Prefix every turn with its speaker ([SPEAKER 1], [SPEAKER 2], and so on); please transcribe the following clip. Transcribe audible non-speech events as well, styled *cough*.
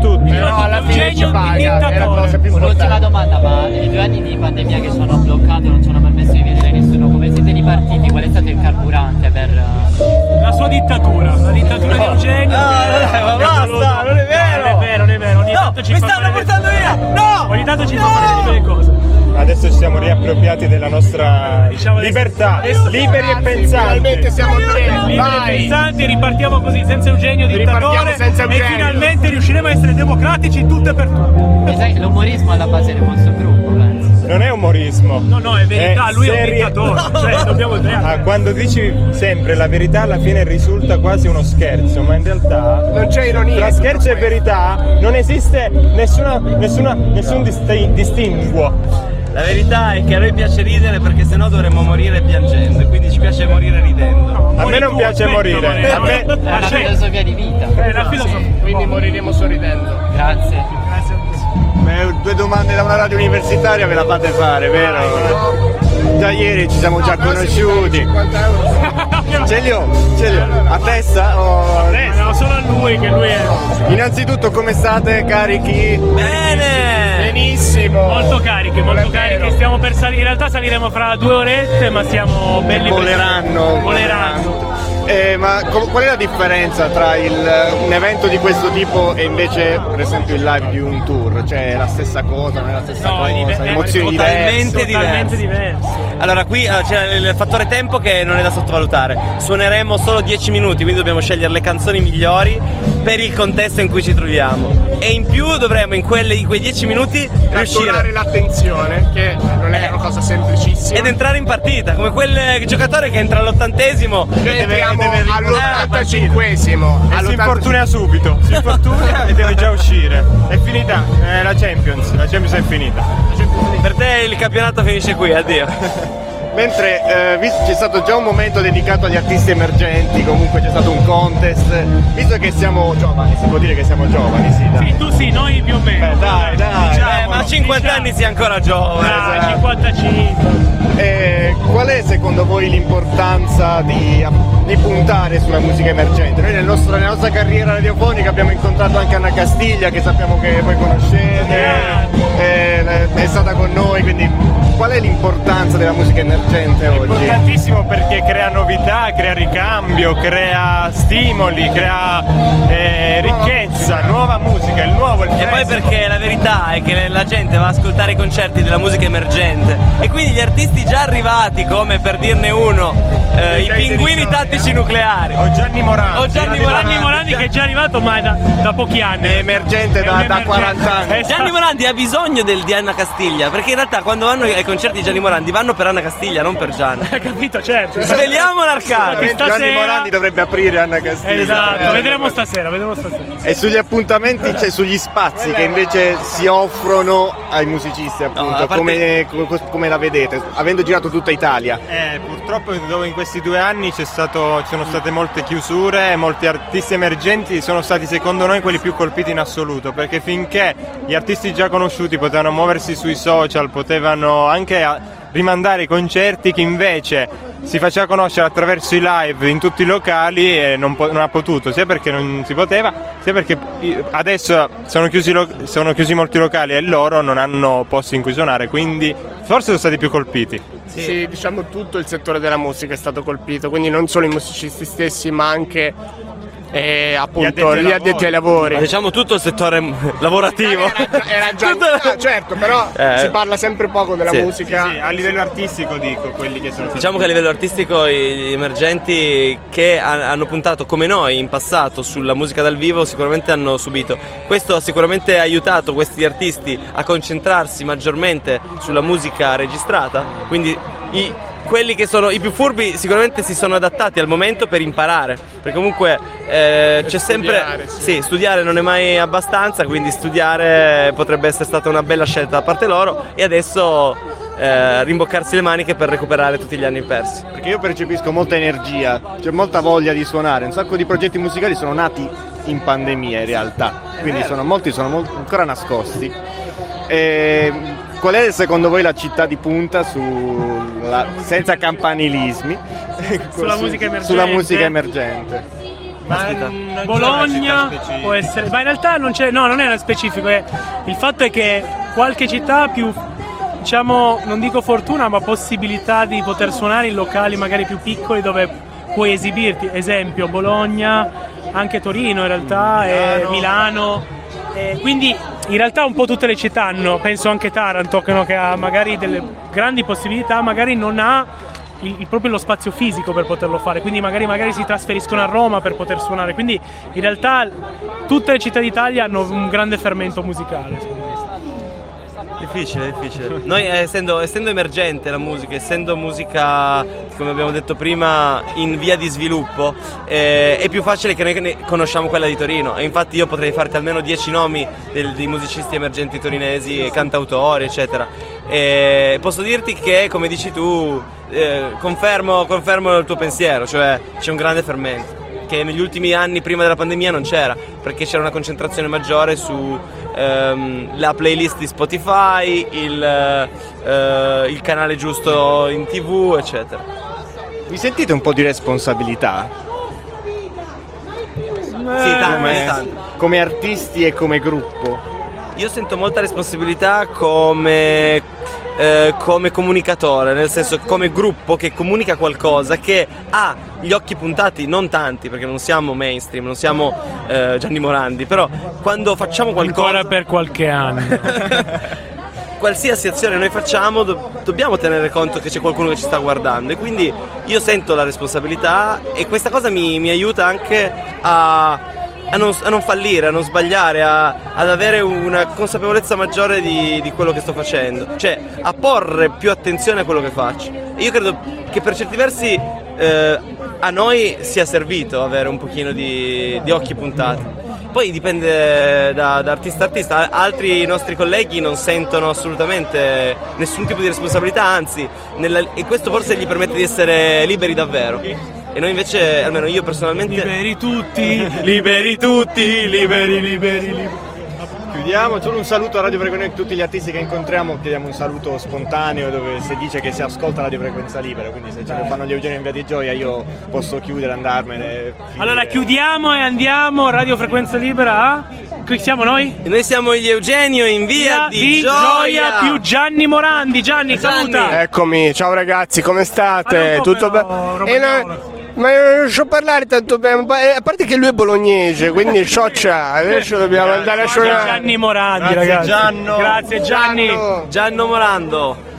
[SPEAKER 1] Però alla fine ci paga, è la cosa più
[SPEAKER 2] Un'ultima
[SPEAKER 1] importante.
[SPEAKER 2] domanda, ma i due anni di pandemia che ci hanno bloccato non ci hanno permesso di vedere nessuno, come siete ripartiti? Qual è stato il carburante per... eh,
[SPEAKER 3] La sua dittatura, la dittatura di Eugenio.
[SPEAKER 1] No,
[SPEAKER 3] che-
[SPEAKER 1] dai, ma
[SPEAKER 3] che ha voluto-
[SPEAKER 1] basta, non è vero.
[SPEAKER 3] Non è vero, non è vero. Ogni tanto ci
[SPEAKER 4] mi
[SPEAKER 3] fa
[SPEAKER 4] stanno
[SPEAKER 3] fare-
[SPEAKER 4] portando via! No!
[SPEAKER 3] Ogni tanto ci fa fare delle cose.
[SPEAKER 5] Adesso ci siamo riappropriati della nostra
[SPEAKER 3] Diciamo adesso-
[SPEAKER 5] libertà,
[SPEAKER 3] adesso-
[SPEAKER 5] liberi e pensanti.
[SPEAKER 1] Finalmente siamo tre,
[SPEAKER 3] Liberi e
[SPEAKER 1] vai!
[SPEAKER 3] pensanti, ripartiamo così senza Eugenio
[SPEAKER 1] Ripartiamo
[SPEAKER 3] dittatore
[SPEAKER 1] senza Eugenio.
[SPEAKER 3] e finalmente riusciremo a essere democratici tutte e per tutti.
[SPEAKER 2] E sai, l'umorismo è alla base del vostro gruppo, penso.
[SPEAKER 5] Non è umorismo.
[SPEAKER 3] No, no, è verità,
[SPEAKER 5] È
[SPEAKER 3] lui è un
[SPEAKER 5] serie-
[SPEAKER 3] dittatore, cioè dobbiamo dire.
[SPEAKER 5] Ah, quando dici sempre la verità alla fine risulta quasi uno scherzo, ma in realtà
[SPEAKER 1] Non c'è ironia.
[SPEAKER 5] tra
[SPEAKER 1] in tutto
[SPEAKER 5] scherzo e
[SPEAKER 1] questo.
[SPEAKER 5] verità non esiste nessuna, nessuna, nessun disti- distinguo.
[SPEAKER 4] La verità è che a noi piace ridere perché sennò dovremmo morire piangendo, e quindi ci piace morire ridendo.
[SPEAKER 5] A me non piace morire. A me,
[SPEAKER 2] È una
[SPEAKER 3] Aspetta,
[SPEAKER 2] filosofia di vita.
[SPEAKER 3] è una filosofia.
[SPEAKER 1] Quindi moriremo sorridendo.
[SPEAKER 2] Grazie.
[SPEAKER 6] Beh, due domande da una radio universitaria ve la fate fare, vero? Da ieri ci siamo già conosciuti.
[SPEAKER 1] 50 euro.
[SPEAKER 6] Ce li ho, ce li ho. A testa? o-
[SPEAKER 3] No, solo a lui che lui è
[SPEAKER 6] Innanzitutto come state carichi?
[SPEAKER 4] Bene!
[SPEAKER 1] Benissimo.
[SPEAKER 3] molto carichi, molto
[SPEAKER 1] Non è
[SPEAKER 3] carichi.
[SPEAKER 1] vero.
[SPEAKER 3] Stiamo per salire, in realtà saliremo fra due orette, ma siamo belli
[SPEAKER 6] Voleranno.
[SPEAKER 3] Voleranno.
[SPEAKER 6] Eh, ma co- qual è la differenza tra il- un evento di questo tipo e invece per esempio il live di un tour? Cioè è la stessa cosa, non è la stessa
[SPEAKER 3] No,
[SPEAKER 6] cosa,
[SPEAKER 3] è diver- è
[SPEAKER 6] emozioni
[SPEAKER 4] totalmente
[SPEAKER 6] diverse.
[SPEAKER 3] Totalmente diverso.
[SPEAKER 4] Allora, qui eh, c'è il fattore tempo che non è da sottovalutare. Suoneremo solo 10 minuti, quindi dobbiamo scegliere le canzoni migliori per il contesto in cui ci troviamo. E in più dovremo in, quelle- in quei 10 minuti riuscire.
[SPEAKER 1] Catturare l'attenzione, che non è una cosa semplicissima.
[SPEAKER 4] Ed entrare in partita, come quel giocatore che entra all'ottantesimo.
[SPEAKER 1] Noi entriamo
[SPEAKER 5] deve ricordare la
[SPEAKER 1] all'85esimo.
[SPEAKER 5] E si infortuna subito, si infortuna e deve già uscire. È finita, è la Champions, la Champions è finita.
[SPEAKER 4] Per te il campionato finisce qui, addio.
[SPEAKER 6] Mentre eh, visto c'è stato già un momento dedicato agli artisti emergenti, comunque c'è stato un contest, visto che siamo giovani, si può dire che siamo giovani, sì, dai.
[SPEAKER 3] Sì, tu sì, noi più o meno.
[SPEAKER 6] Beh, dai, dai.
[SPEAKER 4] Eh, ma a 50
[SPEAKER 3] diciamo.
[SPEAKER 4] anni sei ancora giovane.
[SPEAKER 3] Ah,
[SPEAKER 6] Esatto.
[SPEAKER 3] 55.
[SPEAKER 6] Eh, qual è secondo voi l'importanza di, di puntare sulla musica emergente? Noi nel nostro- nella nostra carriera radiofonica abbiamo incontrato anche Anna Castiglia che sappiamo che voi conoscete, eh, è, stata con noi, quindi qual è l'importanza della musica emergente oggi?
[SPEAKER 5] Importantissimo perché crea novità, crea ricambio, crea stimoli, crea eh, ricchezza, nuova musica, il nuovo, il
[SPEAKER 4] E poi
[SPEAKER 5] fresco.
[SPEAKER 4] perché la verità è che la gente va a ascoltare i concerti della musica emergente e quindi gli artisti già arrivati, come per dirne uno, eh, i pinguini tattici nucleari.
[SPEAKER 5] O Gianni Morano.
[SPEAKER 4] O Gianni Morandi,
[SPEAKER 3] Gianni Morandi che è già arrivato ma è da, da pochi anni.
[SPEAKER 6] È emergente
[SPEAKER 3] È
[SPEAKER 6] Eh, da-
[SPEAKER 3] un
[SPEAKER 6] da
[SPEAKER 3] emergente.
[SPEAKER 6] 40 anni.
[SPEAKER 3] Esatto.
[SPEAKER 6] *laughs*
[SPEAKER 4] Gianni Morandi ha bisogno del, di Anna Castiglia, perché in realtà quando vanno ai concerti di Gianni Morandi vanno per Anna Castiglia, non per
[SPEAKER 1] *laughs*
[SPEAKER 4] Gianni.
[SPEAKER 3] Hai capito, certo.
[SPEAKER 4] Sveliamo l'arcano!
[SPEAKER 3] Che
[SPEAKER 6] Gianni
[SPEAKER 3] stasera-
[SPEAKER 6] Morandi dovrebbe aprire Anna Castiglia.
[SPEAKER 3] Esatto,
[SPEAKER 6] Eh,
[SPEAKER 3] vedremo stasera, vedremo stasera.
[SPEAKER 6] E sugli appuntamenti, cioè sugli spazi che invece si offrono ai musicisti, appunto,
[SPEAKER 4] a parte-
[SPEAKER 6] come, co- come la vedete, avendo girato tutta Italia.
[SPEAKER 5] Eh, purtroppo dopo in questi due anni c'è stato- ci sono state molte chiusure, molti artisti emergenti sono stati secondo noi quelli più colpiti in assoluto, perché finché gli artisti già conosciuti potevano muoversi sui social, potevano anche a- rimandare i concerti, chi invece si faceva conoscere attraverso i live in tutti i locali e non, po- non ha potuto, sia perché non si poteva, sia perché i- adesso sono chiusi, lo- sono chiusi molti locali e loro non hanno posti in cui suonare, quindi forse sono stati più colpiti.
[SPEAKER 1] Sì. diciamo tutto il settore della musica è stato colpito, quindi non solo i musicisti stessi, ma anche eh, appunto
[SPEAKER 5] addetti ai
[SPEAKER 1] gli addetti ai
[SPEAKER 4] Ma
[SPEAKER 1] lavori.
[SPEAKER 4] diciamo tutto il settore mm, lavorativo.
[SPEAKER 1] Era, era già,
[SPEAKER 4] Tutto-
[SPEAKER 1] ah, certo, però
[SPEAKER 4] Eh.
[SPEAKER 1] si parla sempre poco della
[SPEAKER 4] Sì.
[SPEAKER 1] musica.
[SPEAKER 5] Sì, a livello artistico dico quelli che sono
[SPEAKER 4] Diciamo che a livello artistico i- gli emergenti che ha- hanno puntato come noi in passato sulla musica dal vivo sicuramente hanno subito. Questo ha sicuramente aiutato questi artisti a concentrarsi maggiormente sulla musica registrata, quindi i- quelli che sono i più furbi sicuramente si sono adattati al momento per imparare, perché comunque eh, c'è sempre...
[SPEAKER 1] studiare, sì.
[SPEAKER 4] Sì, studiare non è mai abbastanza, quindi studiare potrebbe essere stata una bella scelta da parte loro e adesso eh, rimboccarsi le maniche per recuperare tutti gli anni persi.
[SPEAKER 6] Perché io percepisco molta energia, c'è molta voglia di suonare, un sacco di progetti musicali sono nati in pandemia in realtà, quindi sono, molti sono mol- ancora nascosti. E qual è secondo voi la città di punta sulla- senza campanilismi?
[SPEAKER 3] Sulla musica
[SPEAKER 6] Sulla
[SPEAKER 3] emergente?
[SPEAKER 6] musica emergente.
[SPEAKER 4] Aspetta.
[SPEAKER 5] non c'è
[SPEAKER 3] Bologna
[SPEAKER 5] una città specifica.
[SPEAKER 3] può essere, ma in realtà non c'è, no, non era specifico. è- il fatto è che qualche città ha più, diciamo, non dico fortuna, ma possibilità di poter suonare in locali magari più piccoli dove puoi esibirti. Esempio, Bologna, anche Torino in realtà, e Milano. e quindi in realtà un po' tutte le città hanno, penso anche Taranto, che, no, che ha magari delle grandi possibilità, magari non ha il, il- proprio lo spazio fisico per poterlo fare, quindi magari, magari si trasferiscono a Roma per poter suonare, quindi in realtà tutte le città d'Italia hanno un grande fermento musicale. secondo me.
[SPEAKER 4] Difficile, difficile. *laughs* Noi eh, essendo, essendo emergente la musica, essendo musica, come abbiamo detto prima, in via di sviluppo, eh, è più facile che noi ne conosciamo quella di Torino. E infatti io potrei farti almeno 10 nomi del- di musicisti emergenti torinesi, e cantautori, eccetera. E posso dirti che, come dici tu, eh, confermo, confermo il tuo pensiero, cioè c'è un grande fermento che negli ultimi anni prima della pandemia non c'era, perché c'era una concentrazione maggiore su ehm, la playlist di Spotify, il, eh, il canale giusto in tv, eccetera.
[SPEAKER 6] Vi sentite un po' di responsabilità?
[SPEAKER 4] Sì, tanto,
[SPEAKER 6] Come,
[SPEAKER 4] eh, tanto.
[SPEAKER 6] come artisti e come gruppo?
[SPEAKER 4] Io sento molta responsabilità come, eh, come comunicatore, nel senso come gruppo che comunica qualcosa, che ha gli occhi puntati, non tanti, perché non siamo mainstream, non siamo eh, Gianni Morandi, però quando facciamo qualcosa...
[SPEAKER 3] Ancora per qualche anno.
[SPEAKER 4] *laughs* qualsiasi azione noi facciamo do- dobbiamo tenere conto che c'è qualcuno che ci sta guardando e quindi io sento la responsabilità e questa cosa mi, mi aiuta anche a, a non, a non fallire, a non sbagliare, a- ad avere una consapevolezza maggiore di, di quello che sto facendo, cioè a porre più attenzione a quello che faccio. E io credo che per certi versi eh, a noi sia servito avere un pochino di, di occhi puntati. Poi dipende da, da artista a artista, altri nostri colleghi non sentono assolutamente nessun tipo di responsabilità, anzi, nella- e questo forse gli permette di essere liberi davvero. E noi invece, almeno io personalmente...
[SPEAKER 3] Liberi tutti.
[SPEAKER 4] liberi tutti, liberi, liberi, liberi.
[SPEAKER 6] Chiudiamo, solo un saluto a Radio Frequenza, tutti gli artisti che incontriamo chiediamo un saluto spontaneo dove si dice che si ascolta Radio Frequenza Libera, quindi se ce lo fanno gli Eugenio in via di gioia io posso chiudere, andarmene. finire.
[SPEAKER 3] *laughs* Allora chiudiamo e andiamo, Radio Frequenza Libera a... Qui siamo noi?
[SPEAKER 4] E noi siamo gli Eugenio in via, di, gioia.
[SPEAKER 3] più Gianni Morandi. Gianni,
[SPEAKER 4] Gianni.
[SPEAKER 3] saluta.
[SPEAKER 1] Eh, Eccomi, ciao ragazzi, come
[SPEAKER 3] Parla
[SPEAKER 1] state?
[SPEAKER 3] un po'
[SPEAKER 1] Tutto
[SPEAKER 3] però,
[SPEAKER 1] bene?
[SPEAKER 3] Roberto Paolo.
[SPEAKER 1] ma io non riesco a parlare tanto bene, ma- eh, a parte che lui è bolognese, quindi scioccia, adesso dobbiamo andare a
[SPEAKER 3] Grazie
[SPEAKER 1] suonare.
[SPEAKER 3] Gianni Morandi,
[SPEAKER 5] Grazie
[SPEAKER 3] ragazzi.
[SPEAKER 5] Gianno.
[SPEAKER 3] Grazie Gianni.
[SPEAKER 1] Gianno.
[SPEAKER 4] Gianno Morando.